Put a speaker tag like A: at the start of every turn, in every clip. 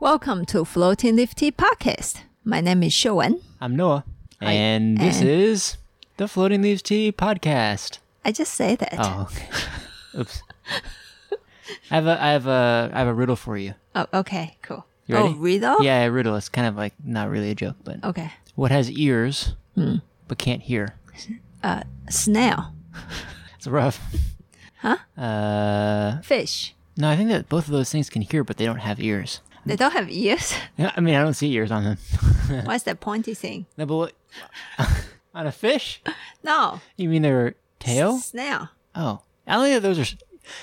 A: Welcome to Floating Lifty Podcast. My name is Showen.
B: I'm Noah,
A: Hi.
B: and this
A: And-
B: is the Floating Leaves Tea podcast.
A: I just say that.
B: Oh, okay. oops. I have a I have a I have a riddle for you.
A: Oh, okay, cool.
B: You
A: oh,
B: ready?
A: riddle? Oh.
B: Yeah, a riddle. It's kind of like not really a joke, but
A: Okay.
B: what has ears
A: Hmm.
B: but can't hear?
A: Snail,
B: It's rough. Huh? Uh,
A: fish.
B: no, I think that both of those things can hear, but they don't have ears.
A: They don't have ears.
B: Yeah, I mean, I don't see ears on them.
A: What's that pointy thing?
B: no, but what, on a fish?
A: No.
B: You mean their tail?
A: Snail.
B: Oh, I don't think that those are.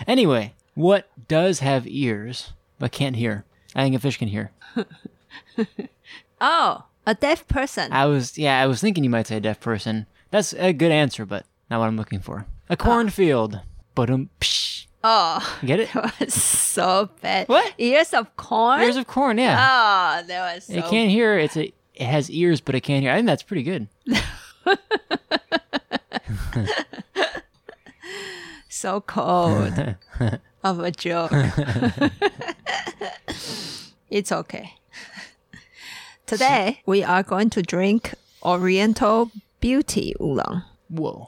B: Anyway, what does have ears but can't hear? I think a fish can hear.
A: Oh, a deaf person.
B: I was, yeah, I was thinking you might say deaf person. That's a good answer, but not what I'm looking for. A cornfield. But um, psh.
A: Ah. oh,
B: Get it?
A: that was so bad.
B: Ah. What?
A: Ears of corn?
B: Ears of corn. Yeah,
A: oh, that was so
B: it can't hear. It's a, it has ears, but it can't hear. I think that's pretty good.
A: so cold of a joke. it's okay. Today, we are going to drink Oriental Beauty Oolong.
B: Whoa.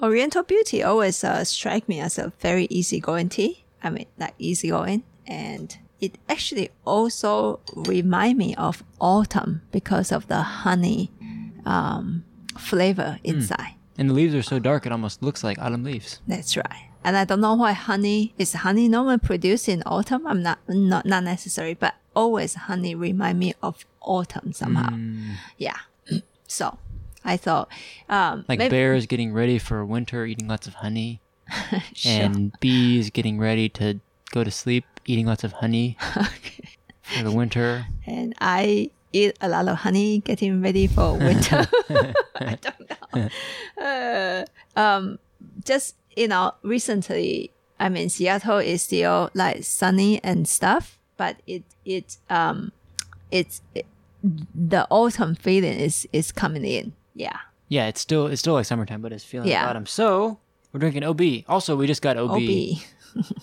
A: Oriental Beauty always uh, strike me as a very easygoing tea. I mean, like easygoing. And it actually also remind me of autumn because of the honey um, flavor inside.
B: And the leaves are so dark, it almost looks like autumn leaves.
A: That's right. And I don't know why honey is honey normally produced in autumn. I'm not not not necessary, but always honey remind me of autumn somehow. Yeah. So I thought um
B: Like
A: maybe-
B: bears getting ready for winter, eating lots of honey,
A: sure.
B: and bees getting ready to go to sleep, eating lots of honey for the winter.
A: and I eat a lot of honey getting ready for winter. I don't know. Uh, um, just you know, recently, I mean, Seattle is still like sunny and stuff, but it it um, it's it, the autumn feeling is is coming in. Yeah,
B: Yeah, it's still it's still like summertime, but it's feeling
A: Yeah.
B: like autumn. So we're drinking OB. Also, we just got OB.
A: OB.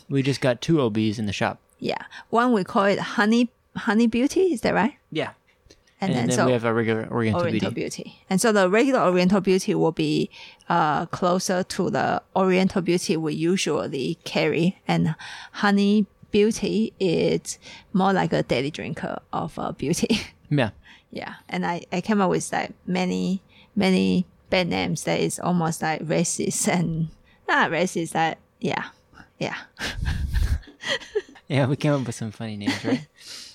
B: We just got two OBs in the shop.
A: Yeah, one we call it honey honey beauty. Is that right?
B: Yeah,
A: And,
B: and, then, we have a regular Oriental,
A: Oriental
B: Beauty.
A: Beauty. And so the regular Oriental Beauty will be uh, closer to the Oriental Beauty we usually carry. And Honey Beauty is more like a daily drinker of uh, beauty.
B: Yeah,
A: yeah. And I, I came up with like many, many bad names that is almost like racist and not racist, that, yeah. Yeah.
B: yeah, we came up with some funny names, right?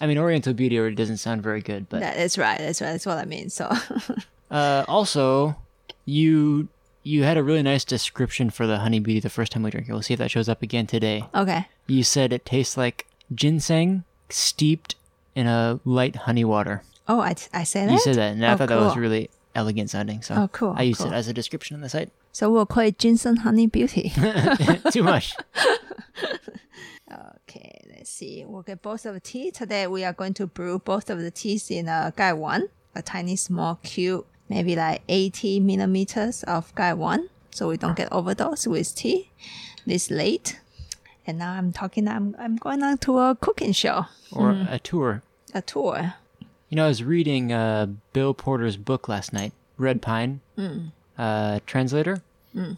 B: I mean, Oriental Beauty already doesn't sound very good, but
A: That, that's right. That's right. That's what I mean. So,
B: uh, also you you had a really nice description for the Honey Beauty the first time we drank it. We'll see if that shows up again today.
A: okay.
B: You said it tastes like ginseng steeped in a light honey water.
A: Oh, I, I say that?
B: You said that, and I
A: Oh,
B: thought that was
A: cool.
B: really elegant sounding. So
A: Oh, cool,
B: I used
A: cool.
B: it as a description on the site.
A: So we'll call it Ginseng Honey Beauty.
B: Too much.
A: Okay, let's see. We'll get both of the tea. Today we are going to brew both of the teas in a Gaiwan, a tiny small cube, maybe like 80 millimeters of Gaiwan. So we don't get overdosed with tea this late. And now I'm talking, I'm, I'm going on to a cooking show,
B: Or
A: Hmm.
B: a tour.
A: a tour.
B: You know, I was reading uh, Bill Porter's book last night, Red Pine, uh, translator.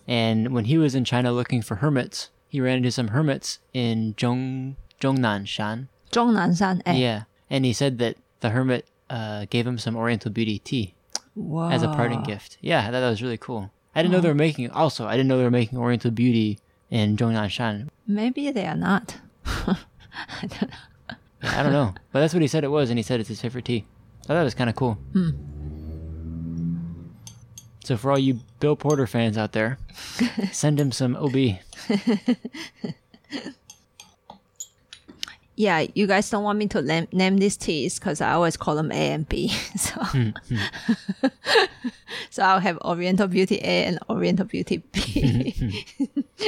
B: And when he was in China looking for hermits, he ran into some hermits in Zhong Zhongnan Shan.
A: Zhongnanshan, eh?
B: Yeah, and he said that the hermit uh, gave him some Oriental Beauty tea.
A: Whoa.
B: as a parting gift. Yeah, I thought that was really cool. I didn't know they were making. Also, I didn't know they were making Oriental Beauty in Zhongnanshan.
A: Maybe they are not. I don't know.
B: I don't know, but that's what he said it was, and he said it's his favorite tea. I thought that was kind of cool.
A: Hmm.
B: So for all you Bill Porter fans out there, send him some OB.
A: Yeah, you guys don't want me to name, name these teas because I always call them A and B. So,
B: Hmm,
A: so I'll have Oriental Beauty A and Oriental Beauty B.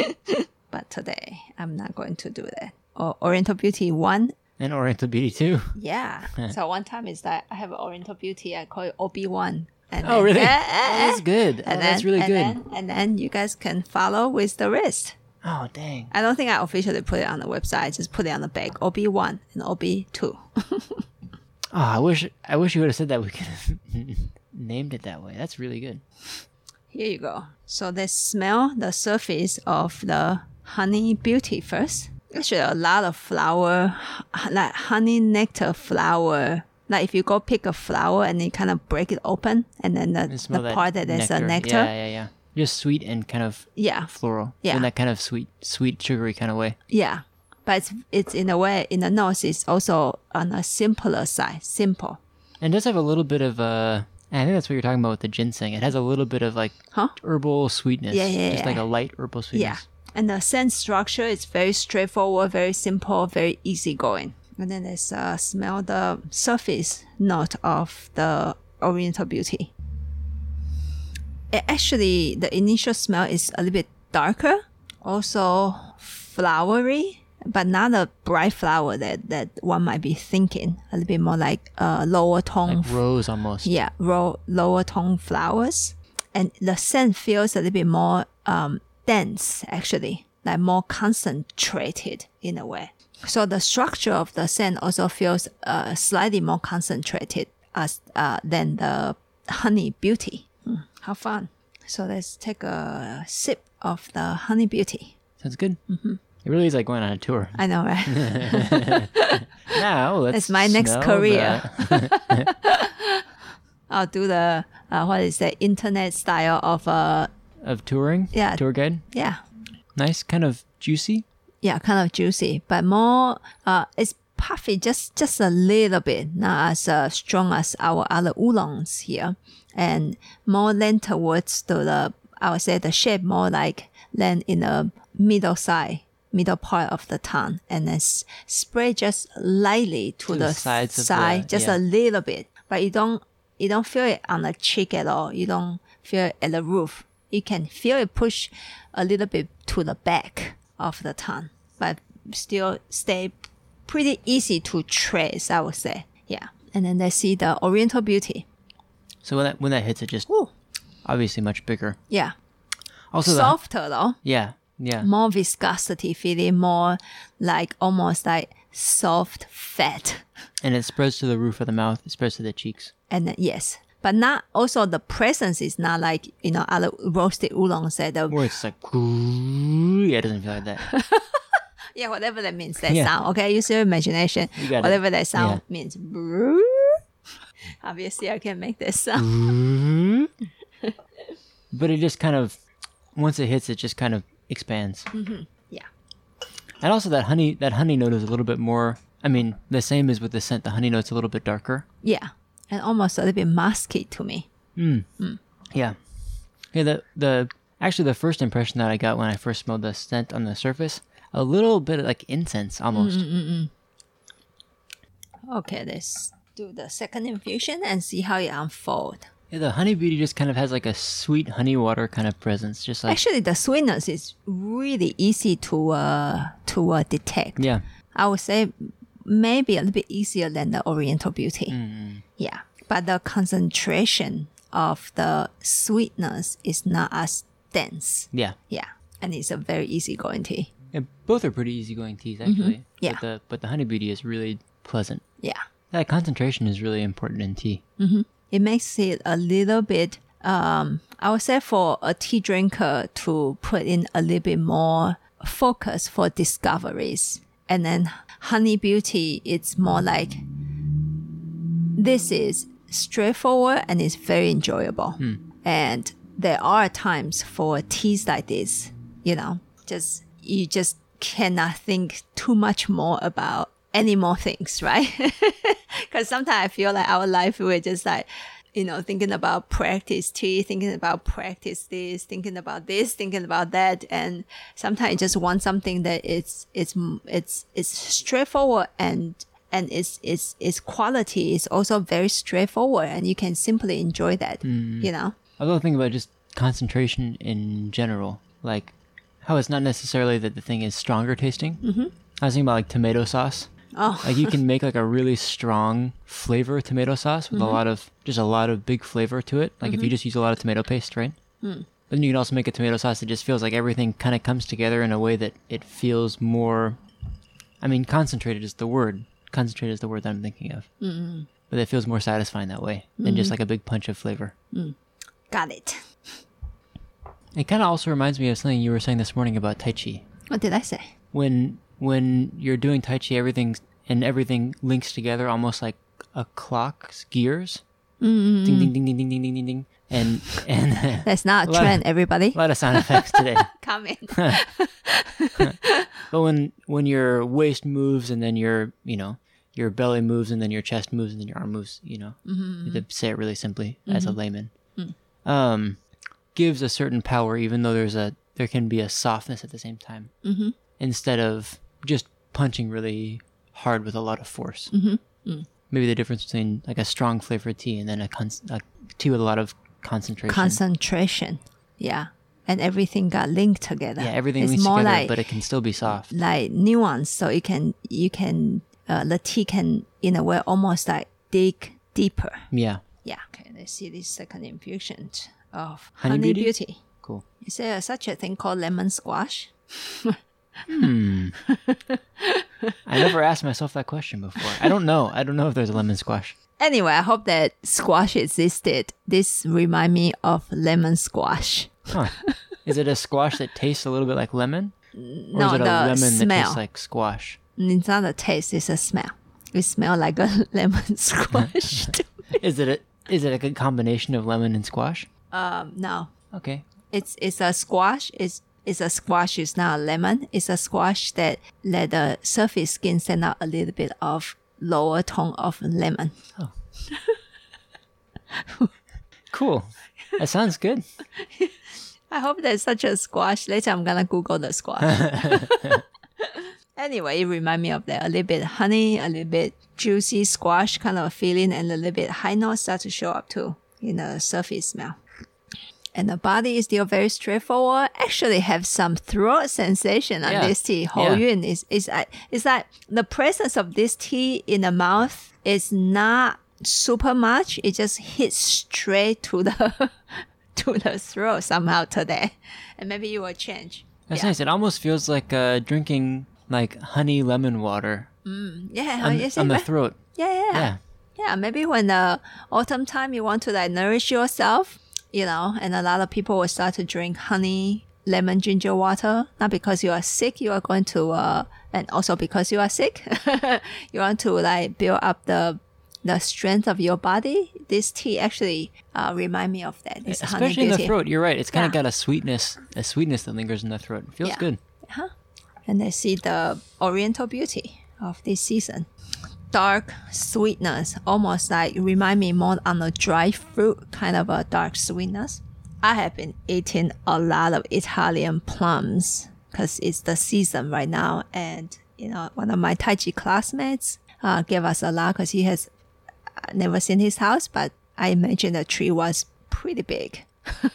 A: but today I'm not going to do that. Or Oriental Beauty one.
B: And Oriental Beauty too.
A: Yeah. so one time is that I have Oriental Beauty. I call it OB one. And then-
B: Oh, really?
A: Eh, eh,
B: Oh,
A: eh.
B: that's good. Oh,
A: And
B: that's
A: then-
B: really
A: and
B: good.
A: then- and then you guys can follow with the rest.
B: Oh dang.
A: I don't think I officially put it on the website. I just put it on the bag. OB one and OB two.
B: Oh, I wish I wish you would have said that. We could have named it that way. That's really good.
A: Here you go. So they smell the surface of the honey beauty first. Actually, a lot of flower, h- like honey nectar flower. Like if you go pick a flower and then kind of break it open, and then the,
B: And
A: the
B: smell that
A: part that is a nectar,
B: Yeah, yeah, yeah. Just sweet and kind of
A: yeah,
B: floral.
A: Yeah.
B: In that kind of sweet, sweet, sugary kind of way.
A: Yeah, but it's, it's in a way in the nose it's also on a simpler side, simple,
B: And it does have a little bit of Uh, I think that's what you're talking about with the ginseng. It has a little bit of like
A: huh?
B: herbal sweetness.
A: Yeah, yeah,
B: Just
A: yeah.
B: like a light herbal
A: Yeah,
B: sweetness.
A: and the scent structure is very straightforward, very simple, very easygoing. And then there's uh, smell the surface note of the Oriental Beauty. A- actually, the initial smell is a little bit darker, also flowery, but not a bright flower that, that one might be thinking. A little bit more like a lower tone
B: Like rose almost.
A: yeah, raw, lower tone flowers, and the scent feels a little bit more um, dense actually, like more concentrated in a way. So the structure of the scent also feels uh, slightly more concentrated as uh, than the honey beauty. Hmm, how fun! So let's take a sip of the honey beauty.
B: Sounds good. Mm-hmm. It really is like going on a tour.
A: I know, right?
B: Now let's.
A: That's my next
B: smell
A: career.
B: that.
A: I'll do the uh, what is the internet style of uh
B: of touring.
A: Yeah.
B: Tour guide.
A: yeah
B: Nice, kind of juicy.
A: yeah, kind of juicy, but more uh, it's puffy, just just a little bit, not as uh, strong as our other oolongs here, and more lean towards to the I would say the shape more like lean in the middle side, middle part of the tongue, and then s- spray just lightly to,
B: the sides of
A: side,
B: the-
A: just
B: yeah.
A: a little bit, but you don't you don't feel it on the cheek at all. You don't feel it at the roof. You can feel it push a little bit to the back of the tongue, but still stay pretty easy to trace. I would say, yeah. And then they see the Oriental beauty.
B: So when that when that hits, it just
A: Ooh,
B: obviously much bigger.
A: yeah,
B: Also, the-
A: softer though,
B: yeah, yeah,
A: more viscosity feeling, more like almost like soft fat.
B: and it spreads to the roof of the mouth. It spreads to the cheeks.
A: and then, yes but not also the presence is not like you know other roasted oolongs that the,
B: Or it's like, yeah, it doesn't feel like that.
A: yeah whatever that means that
B: Yeah.
A: sound okay use your imagination
B: got it.
A: whatever that sound means obviously i can make that
B: Mm-hmm.
A: sound
B: But it just kind of, once it hits, it just kind of expands.
A: Mm-hmm. yeah
B: And also that honey, that honey note is a little bit more. I mean, the same as with the scent. The honey note's a little bit darker.
A: yeah and almost a little bit musky to me
B: Yeah, yeah. The the actually the first impression that I got when I first smelled the scent on the surface, a little bit like incense almost.
A: Mm-hmm. okay let's do the second infusion and see how it unfolds
B: Yeah, the honey beauty just kind of has like a sweet honey water kind of presence, just like
A: actually the sweetness is really easy to uh to uh, detect
B: yeah,
A: I would say maybe a little bit easier than the Oriental Beauty.
B: Mm-hmm.
A: Yeah. But the concentration of the sweetness is not as dense.
B: yeah.
A: Yeah. And it's a very easy going tea.
B: Yeah, both are pretty easygoing teas actually.
A: Mm-hmm. Yeah.
B: But the but the honey beauty is really pleasant.
A: Yeah.
B: That concentration is really important in tea.
A: It makes it a little bit, um, I would say for a tea drinker to put in a little bit more focus for discoveries. And then Honey Beauty, it's more like this is straightforward and it's very enjoyable. And there are times for teas like this, you know, just you just cannot think too much more about any more things, right? Because sometimes I feel like our life we're just like, you know, thinking about practice tea, thinking about practice this, thinking about this, thinking about that, and sometimes you just want something that it's it's it's it's straightforward and and its its its quality is also very straightforward, and you can simply enjoy that.
B: Mm.
A: You know,
B: Although think about just concentration in general, like how it's not necessarily that the thing is stronger tasting. Mm-hmm. I was thinking about like tomato sauce.
A: Oh.
B: like you can make like a really strong flavor Mm-hmm. tomato sauce with a lot of just a lot of big flavor to it. Like if you just use a lot of tomato paste, right? But then you can also make a tomato sauce that just feels like everything kind of comes together in a way that it feels more. I mean, concentrated is the word. Concentrated is the word that I'm thinking of. Mm-hmm. But it feels more satisfying that way than just like a big punch of flavor.
A: Got it.
B: It kind of also reminds me of something you were saying this morning about Tai Chi.
A: What did I say?
B: When when you're doing Tai Chi, everything's and everything links together almost like a clock's gears. mm Ding ding ding ding ding ding ding ding ding. And and
A: That's not a
B: Well,
A: trend, everybody.
B: a lot of sound effects today.
A: Come in.
B: But when Oh, when your waist moves and then your you know your belly moves and then your chest moves and then your arm moves, you know,
A: Mm-hmm,
B: to say it really simply as a layman,
A: Mm.
B: um, gives a certain power, even though there's a there can be a softness at the same time, mm-hmm. instead of just punching really hard with a lot of force. Mm-hmm.
A: mm.
B: Maybe the difference between like a strong flavored tea and then a, con- a tea with a lot of concentration.
A: Concentration. Yeah. And everything got linked together.
B: yeah, everything
A: it's
B: links
A: more
B: together,
A: like, Mm.
B: but it can still be soft.
A: like nuance. So you can, you can, uh, the tea can, in a way, almost like dig deeper.
B: Yeah,
A: Yeah. Okay. Let's see this second infusion of
B: Honey
A: honey,
B: Beauty?
A: beauty.
B: cool.
A: Is there such a thing called lemon squash?
B: I never asked myself that question before. I don't know. I don't know if there's a lemon squash.
A: Anyway, I hope that squash existed. This remind me of lemon squash.
B: Huh. Is it a squash that tastes a little bit like lemon? Or
A: no,
B: is it
A: the
B: a lemon that
A: smell.
B: tastes like squash?
A: It's not a taste, it's a smell. It smell like a lemon squash. to me.
B: Is it a, is it a good combination of lemon and squash?
A: um, no,
B: Okay.
A: it's it's a squash. It's it's a squash. It's not a lemon. It's a squash that let the surface skin send out a little bit of lower tone of lemon.
B: Cool. That sounds good.
A: I hope there's such a squash. Later, I'm gonna Google the squash. anyway, it remind me of that a little bit honey, a little bit juicy squash kind of feeling, and a little bit high note start to show up too in the surface smell. And the body is still very straightforward. Actually, have some throat sensation on
B: Yeah.
A: this tea.
B: Yeah.
A: Hou Yun is is like it's like the presence of this tea in the mouth is not super much. It just hits straight to the to the throat somehow today, and maybe it will change.
B: That's
A: yeah.
B: nice. It almost feels like uh, drinking like honey lemon water
A: Yeah,
B: on,
A: Oh, you see,
B: on the
A: right?
B: throat.
A: yeah, yeah, yeah,
B: Yeah.
A: Yeah, Maybe when the autumn time, you want to like nourish yourself, you know, and a lot of people will start to drink honey, lemon, ginger water. Not because you are sick, you are going to, uh, and also because you are sick, you want to like build up the the strength of your body. This tea actually uh, remind me of that. This honey
B: Especially in the
A: beauty.
B: throat. You're right. It's kind of
A: Yeah.
B: got a sweetness, a sweetness that lingers in the throat. It feels
A: Yeah.
B: good.
A: and I see the oriental beauty of this season. Dark sweetness, almost like remind me more on a dry fruit kind of a dark sweetness. I have been eating a lot of Italian plums because it's the season right now, and you know one of my Tai Chi classmates uh, gave us a lot because he has uh, never seen his house, but I imagine the tree was pretty big.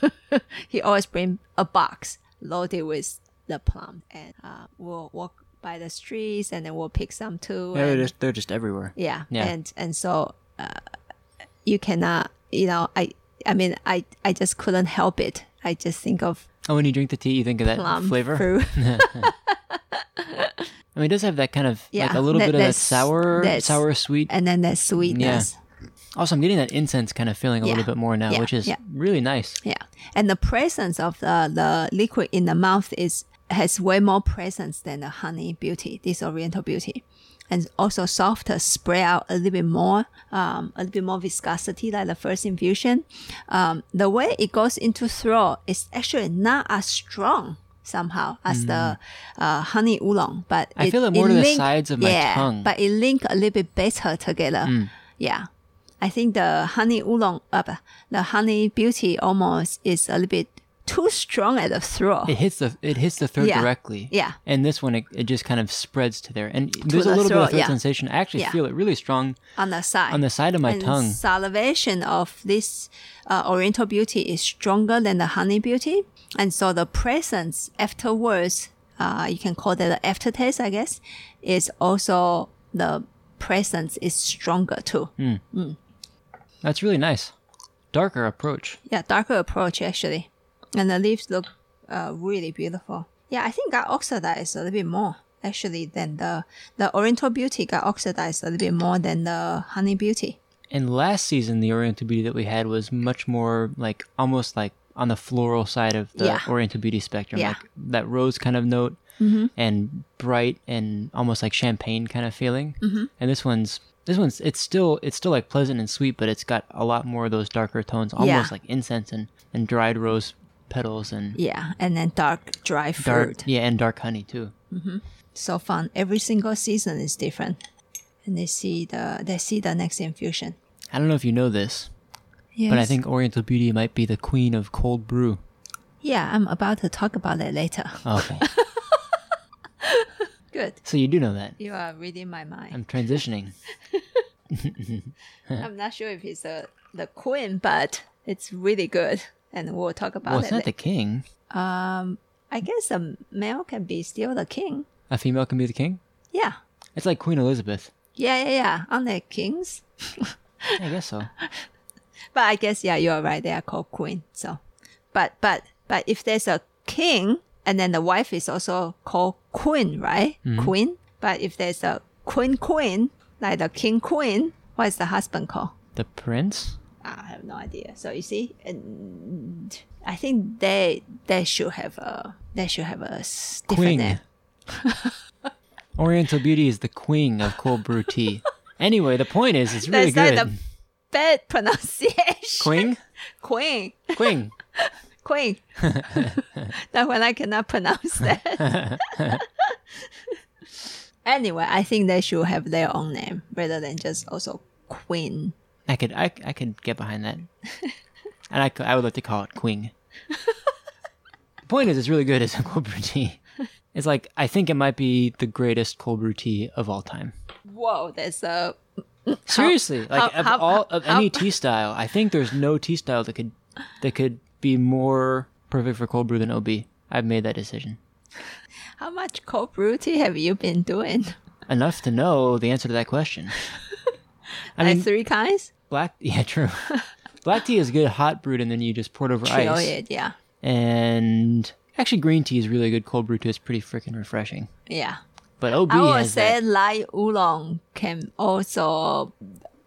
A: he always bring a box loaded with the plum and uh, we'll walk by the streets and then we'll pick some too
B: They're
A: and-
B: just, they're just everywhere.
A: yeah,
B: Yeah.
A: and and so uh, you cannot you know i i mean i i just couldn't help it i just think of
B: Oh, when you drink the tea, you think of that
A: plum
B: flavor.
A: fruit
B: I mean, it does have that kind of like
A: Yeah,
B: a little
A: that-
B: bit of that
A: that's-
B: sour,
A: that's- uh,
B: sour sweet.
A: and then that sweetness
B: Also, I'm getting that incense kind of feeling a
A: Yeah.
B: little bit more now,
A: Yeah.
B: which is
A: Yeah.
B: really nice.
A: yeah and the presence of the the liquid in the mouth is has way more presence than the honey beauty this oriental beauty and also softer spread out a little bit more um, a little bit more viscosity like the first infusion um, the way it goes into throat is actually not as strong somehow as the uh, honey oolong but
B: Mm. I feel it more to the
A: link-
B: sides of my
A: yeah,
B: tongue.
A: but it link a little bit better together
B: Mm.
A: yeah I think the honey oolong, uh, but the honey beauty almost is a little bit too strong at the throat.
B: It hits the it hits the throat
A: Yeah.
B: directly.
A: Yeah.
B: And this one, it, it just kind of spreads to there, and there's a
A: the
B: little bit of
A: throat,
B: throat
A: yeah.
B: sensation. I actually
A: Yeah.
B: feel it really strong
A: on the side.
B: on the side of my
A: and
B: tongue.
A: Salivation of this uh, Oriental beauty is stronger than the honey beauty, and so the presence afterwards, uh, you can call that the aftertaste, I guess, is also the presence is stronger too.
B: That's really nice. Darker approach.
A: Yeah, darker approach actually. and the leaves look uh, really beautiful. Yeah, I think got oxidized a little bit more actually than the the Oriental Beauty got oxidized a little bit more than the Honey Beauty.
B: And last season, the Oriental Beauty that we had was much more like almost like on the floral side of the
A: Yeah.
B: Oriental Beauty spectrum,
A: Yeah. Mm-hmm.
B: like that rose kind of note and bright and almost like champagne kind of feeling. Mm-hmm. And this one's this one's it's still it's still like pleasant and sweet, but it's got a lot more of those darker tones, almost
A: Yeah.
B: like incense and and dried rose petals and
A: Yeah, and then dark dry fruit.
B: dark yeah and dark honey too.
A: So fun. Every single season is different, and they see the they see the next infusion.
B: I don't know if you know this,
A: Yes.
B: but I think Oriental Beauty might be the queen of cold brew. Oh,
A: yeah, I'm about to talk about it later.
B: Okay,
A: Good.
B: so you do know that.
A: You are reading my mind.
B: I'm transitioning.
A: I'm not sure if it's the the queen, but it's really good, and we'll talk about
B: Well,
A: it.
B: it's not
A: later.
B: the king.
A: I guess a male can be still the king.
B: A female can be the king.
A: Yeah,
B: It's like Queen Elizabeth.
A: yeah, yeah, yeah. Aren't they kings?
B: I guess so.
A: But I guess yeah, you are right. They are called queen. So, but but but if there's a king and then the wife is also called queen, right?
B: Mm-hmm.
A: Queen. But if there's a queen queen, like the king queen, what is the husband called?
B: The prince?
A: I have no idea. So you see, and I think they they should have a they should have a s- different
B: Queen.
A: name.
B: Oriental Beauty is the queen of cold brew tea. anyway, the point is, it's really
A: That's not
B: good.
A: the bad pronunciation.
B: Queen?
A: Queen.
B: Queen.
A: Queen. that one I cannot pronounce that. anyway, I think they should have their own name rather than just also Queen.
B: I could, I, I could get behind that. And I, cou- I would like to call it Queen. the point is, it's really good as a cold brew tea. It's like, I think it might be the greatest cold brew tea of all time.
A: Whoa, there's a
B: Seriously, like
A: how-
B: of
A: how-
B: all of
A: how-
B: any tea style, I think there's no tea style that could that could be more perfect for cold brew than OB. I've made that decision.
A: how much cold brew tea have you been doing?
B: Enough to know the answer to that question. I
A: like
B: mean,
A: three kinds?
B: black. Yeah, true. black tea is good hot brewed, and then you just pour it over
A: Chill
B: ice.
A: it, Oh, yeah.
B: And actually, green tea is really good cold brew too. It's pretty freaking refreshing.
A: Yeah.
B: But OB
A: I would
B: has
A: say
B: that.
A: light oolong can also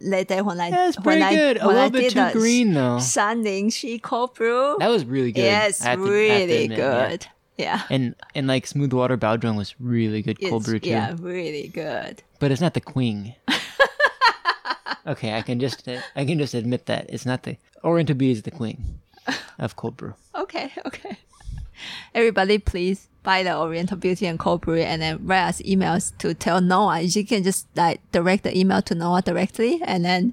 A: later when I
B: Yeah, it's
A: when
B: pretty
A: I
B: good. A
A: when I
B: little bit
A: did
B: too
A: the
B: green though.
A: Shi cold brew.
B: That was really good.
A: yes,
B: I have to- I have to
A: really
B: admit, yeah.
A: good. Yeah.
B: And and like smooth water baojun was really good cold
A: It's-
B: brew too.
A: Yeah, really good.
B: But it's not the queen. okay, I can just I can just admit that it's not the Oriental Beauty is the queen of cold brew.
A: Okay, okay. Everybody, please buy the Oriental Beauty and Cold Brew and then write us emails to tell Noah. You can just like direct the email to Noah directly and then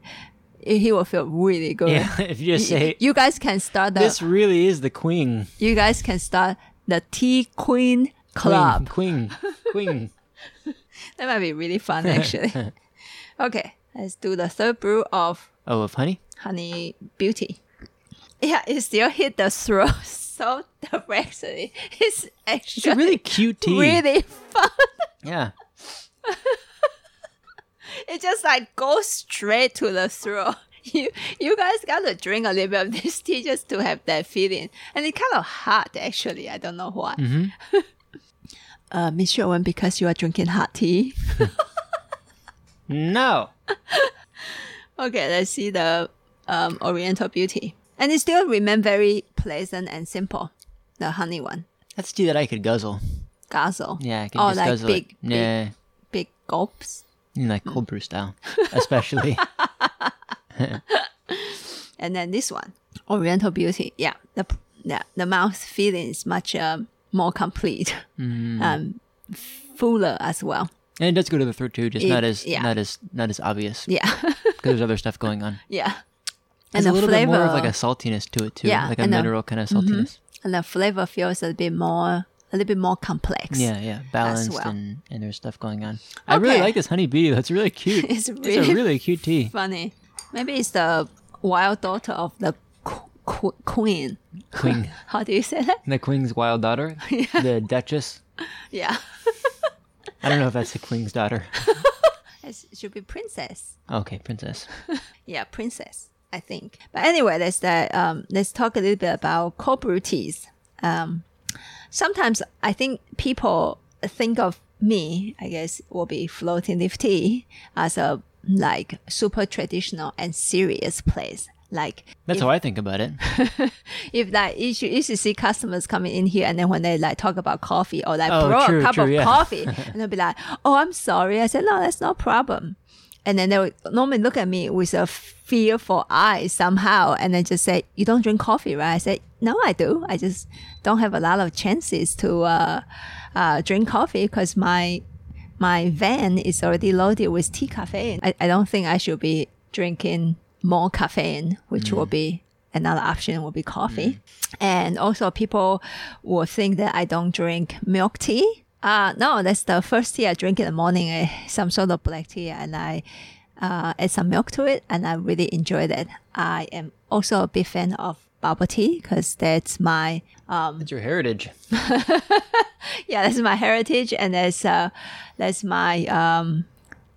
A: he will feel really good.
B: Yeah, if you just say
A: you guys can start the
B: this really is the queen,
A: you guys can start the Tea Queen
B: queen,
A: Club.
B: queen, queen.
A: That might be really fun actually. okay, let's do the third brew of
B: Oh, of honey.
A: honey beauty. Yeah, it still hit the throat so directly. It's
B: It's a
A: actually
B: really cute tea.
A: really fun.
B: Yeah,
A: It just like goes straight to the throat. You you guys gotta drink a little bit of this tea just to have that feeling. And it's kind of hot actually. I don't know why.
B: Mm-hmm.
A: uh, Miss Sherwin, because you are drinking hot tea.
B: no,
A: Okay, let's see the um, Oriental Beauty. And it still remain very pleasant and simple. The honey one.
B: that's tea that I could guzzle.
A: Guzzle.
B: Yeah, I can
A: oh,
B: just
A: like
B: guzzle
A: big,
B: it. Yeah,
A: big gulps.
B: you know, like cold brew style, especially.
A: And then this one, Oriental Beauty. Yeah, the yeah, the mouth feeling is much um, more complete,
B: Mm.
A: um, fuller as well.
B: and it does go to the throat too, just
A: It-
B: not as
A: yeah.
B: not as not as obvious because
A: Yeah,
B: there's other stuff going on.
A: yeah. And
B: There's a
A: the
B: little
A: flavor,
B: bit more of like a saltiness to it too,
A: Yeah,
B: like a
A: and the-
B: mineral kind of saltiness.
A: and the flavor feels a bit more, a little bit more complex.
B: Yeah, yeah, balanced
A: well.
B: and, and there's stuff going on. I really
A: Okay.
B: like this honey beauty. That's really cute.
A: It's
B: a
A: really-
B: really cute tea.
A: funny. Maybe it's the wild daughter of the qu- qu- queen.
B: Queen,
A: How do you say that?
B: the queen's wild daughter, the Duchess.
A: Yeah,
B: I don't know if that's the queen's daughter.
A: it should be princess.
B: Okay, princess.
A: Yeah, princess. I think. But anyway, let's that um, let's talk a little bit about celebrities. Um, sometimes I think people think of me, I guess, will be floating lifty as a like super traditional and serious place. Like
B: That's how I think about it.
A: if like you should, you should see customers coming in here and then when they like talk about coffee or like
B: Oh,
A: bro
B: true,
A: a cup
B: true,
A: of
B: yeah.
A: coffee and they'll be like, Oh, I'm sorry. I said, No, that's no problem. And then they'll normally look at me with a fearful eye somehow and then just say, You don't drink coffee, right? I said, No, I do. I just don't have a lot of chances to uh, uh, drink coffee because my my van is already loaded with tea caffeine. I, I don't think I should be drinking more caffeine, which will be another option will be coffee. And also people will think that I don't drink milk tea. Uh, no, that's the first tea I drink in the morning, eh, some sort of black tea and I uh, add some milk to it and I really enjoy that. I am also a big fan of bubble tea because that's my
B: It's your heritage.
A: yeah, that's my heritage, and that's uh, that's my um,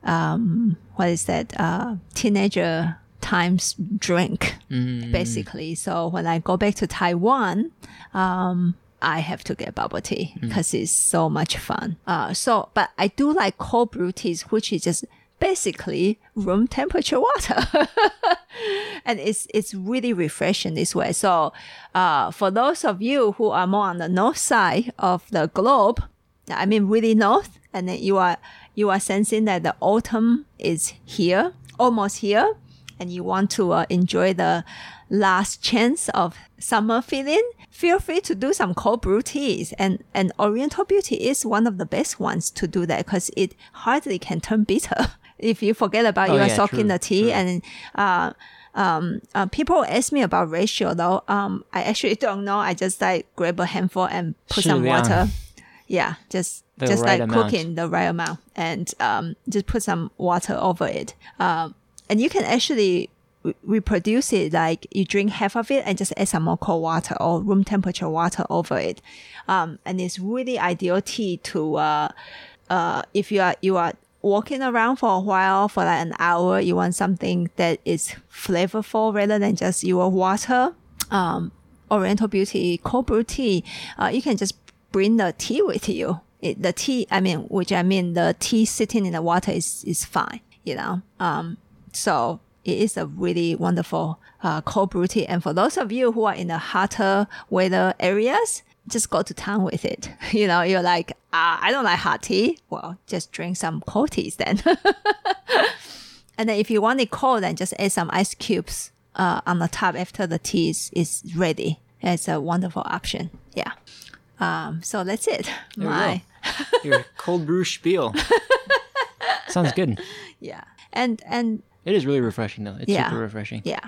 A: um, what is that? Uh, teenager times drink, basically. So when I go back to Taiwan, um, I have to get bubble tea because it's so much fun. Uh, so but I do like cold brew teas, which is just basically room temperature water and it's it's really refreshing this way. So, uh, for those of you who are more on the north side of the globe, I mean really north, and then you are you are sensing that the autumn is here, almost here, and you want to uh, enjoy the last chance of summer feeling. Feel free to do some cold brew teas, and and Oriental Beauty is one of the best ones to do that because it hardly can turn bitter. If you forget about
B: Oh,
A: you are
B: yeah,
A: soaking
B: true,
A: the tea
B: true.
A: and uh, um, uh, people ask me about ratio though. Um, I actually don't know. I just like grab a handful and put some
B: 适量。
A: water. Yeah, just
B: The
A: just
B: right
A: like
B: amount.
A: cooking the right amount and um, just put some water over it. Um, and you can actually re- reproduce it like you drink half of it and just add some more cold water or room temperature water over it. Um, and it's really ideal tea to uh, uh, if you are you are walking around for a while for like an hour, you want something that is flavorful rather than just your water. Um, Oriental Beauty cold brew tea, uh, you can just bring the tea with you. It, the tea, I mean, which I mean, the tea sitting in the water is is fine, you know. Um, so it is a really wonderful uh, cold brew tea. And for those of you who are in the hotter weather areas, just go to town with it. You know, you're like, ah, I don't like hot tea. Well, just drink some cold teas then. and then if you want it cold, then just add some ice cubes uh, on the top after the tea is, is ready. It's a wonderful option. Yeah. Um, so that's it.
B: There we
A: My
B: go. Your cold brew spiel. Sounds good.
A: yeah. And and
B: It is really refreshing though. It's
A: Yeah.
B: super refreshing.
A: Yeah.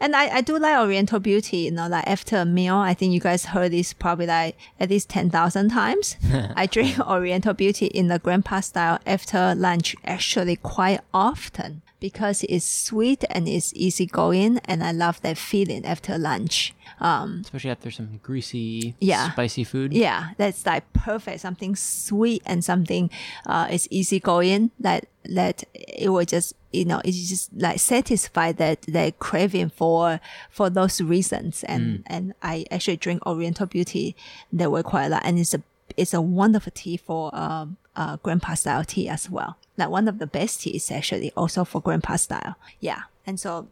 A: And I, I do like Oriental beauty, you know, like after a meal, I think you guys heard this probably like at least 10,000 times. I drink Oriental beauty in the grandpa style after lunch actually quite often because it's sweet and it's easygoing and I love that feeling after lunch.
B: Especially after some greasy,
A: Yeah.
B: spicy food.
A: Yeah, that's like perfect. Something sweet and something uh, is easygoing. That that it will just you know it's just like satisfy that that craving for for those reasons. And and I actually drink Oriental Beauty that way quite a lot, and it's a it's a wonderful tea for um uh grandpa style tea as well. Like one of the best teas actually also for grandpa style. Yeah, and so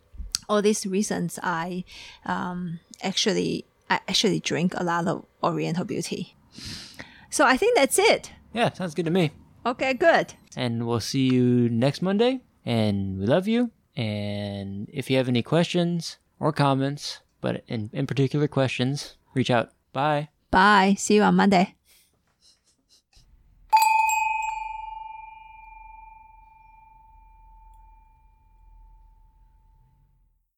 A: all these reasons I um, actually I actually drink a lot of Oriental Beauty. So I think that's it.
B: Yeah, sounds good to me.
A: Okay, good.
B: And we'll see you next Monday. And we love you. And if you have any questions or comments, but in, in particular questions, reach out. Bye.
A: Bye. See you on Monday.